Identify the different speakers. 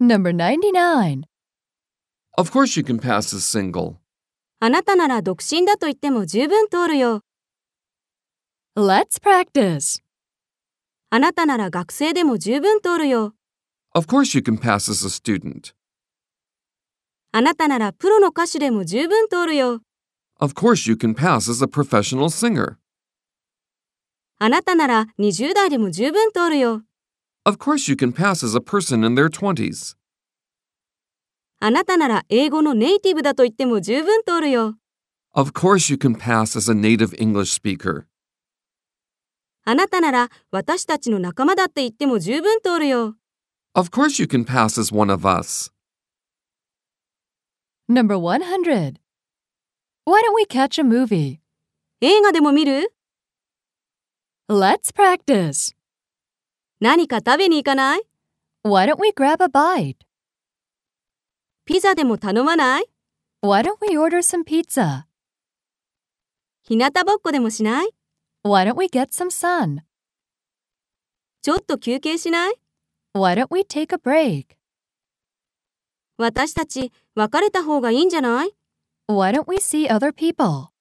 Speaker 1: Number 99.
Speaker 2: Of course you can pass as single.
Speaker 3: あなたなら独身だと言っても十分通るよ。
Speaker 1: Let's practice.
Speaker 3: あなたなら学生でも十分通るよ。
Speaker 2: Of course you can pass as a student.
Speaker 3: あなたならプロの歌手でも十分通るよ。
Speaker 2: Of course you can pass as a professional singer.
Speaker 3: あなたなら20代でも十分通るよ。
Speaker 2: Of course you can pass as a person in their 20s.
Speaker 3: あなたなら英語のネイティブだと言っても十分通るよ。
Speaker 2: Of course you can pass as a native English speaker.
Speaker 3: あなたなら私たちの仲間だって言っても十分通るよ。
Speaker 2: Of course you can pass as one of us.
Speaker 1: Number 100. Why don't we catch a movie?
Speaker 3: 映画でも見る
Speaker 1: Let's practice.
Speaker 3: 何か食べに行かない
Speaker 1: Why don't we grab a bite?
Speaker 3: ピザでも頼まない
Speaker 1: Why don't we order some pizza?
Speaker 3: 日向ぼっこでもしない
Speaker 1: Why don't we get some sun?
Speaker 3: ちょっと休憩しない
Speaker 1: Why don't we take a break?
Speaker 3: 私たち別れた方がいいんじゃない
Speaker 1: Why don't we see other people?